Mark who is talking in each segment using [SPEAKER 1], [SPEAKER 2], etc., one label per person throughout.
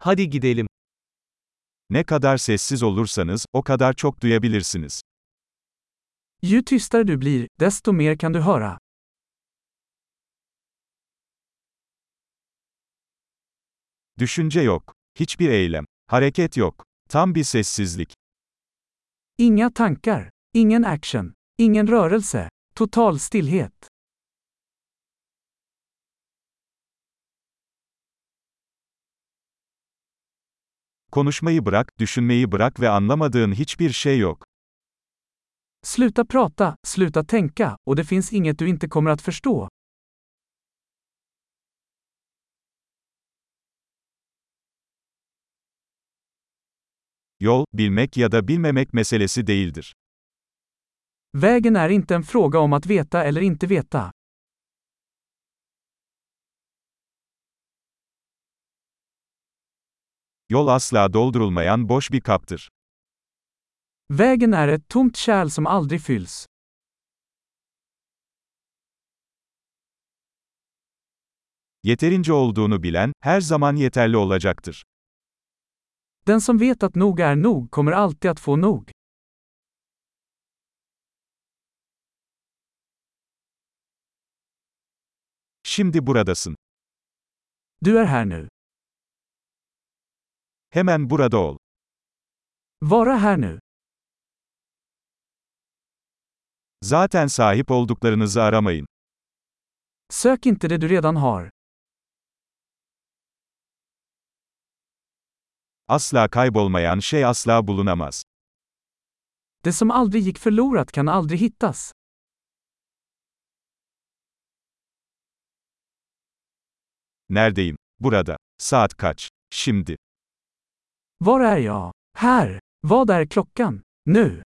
[SPEAKER 1] Hadi gidelim.
[SPEAKER 2] Ne kadar sessiz olursanız, o kadar çok duyabilirsiniz.
[SPEAKER 3] Ju tystare du blir, desto mer kan du höra.
[SPEAKER 2] Düşünce yok. Hiçbir eylem. Hareket yok. Tam bir sessizlik.
[SPEAKER 3] Inga tankar, ingen action, ingen rörelse, total stillhet.
[SPEAKER 2] Konuşmayı bırak, düşünmeyi bırak ve anlamadığın hiçbir şey yok.
[SPEAKER 3] Sluta prata, sluta tänka, och det finns inget du inte kommer att förstå.
[SPEAKER 2] Yol, bilmek ya da bilmemek meselesi değildir.
[SPEAKER 3] Vägen är inte en fråga om att veta eller inte veta.
[SPEAKER 2] Yol asla doldurulmayan boş bir kaptır.
[SPEAKER 3] Vägen är ett tomt kärl som aldrig fylls.
[SPEAKER 2] Yeterince olduğunu bilen, her zaman yeterli olacaktır.
[SPEAKER 3] Den som vet att nog är nog kommer alltid att få nog.
[SPEAKER 2] Şimdi buradasın.
[SPEAKER 3] Du är här nu.
[SPEAKER 2] Hemen burada ol.
[SPEAKER 3] Vara här nu.
[SPEAKER 2] Zaten sahip olduklarınızı aramayın.
[SPEAKER 3] Sök inte det du redan har.
[SPEAKER 2] Asla kaybolmayan şey asla bulunamaz.
[SPEAKER 3] Det som aldrig gick förlorat kan aldrig hittas.
[SPEAKER 2] Neredeyim? Burada. Saat kaç? Şimdi.
[SPEAKER 3] Var är jag? Här. Vad är klockan? Nu.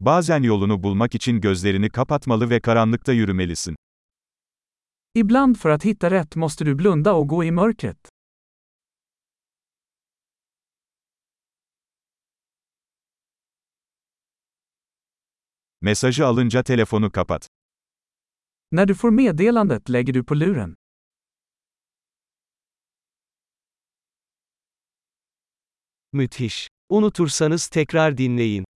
[SPEAKER 2] Bazen yolunu bulmak için gözlerini kapatmalı ve karanlıkta yürümelisin.
[SPEAKER 3] Ibland för att hitta rätt måste du blunda och gå i mörkret.
[SPEAKER 2] Mesajı alınca telefonu kapat.
[SPEAKER 3] När du får meddelandet lägger du på luren.
[SPEAKER 1] Müthiş. Unutursanız tekrar dinleyin.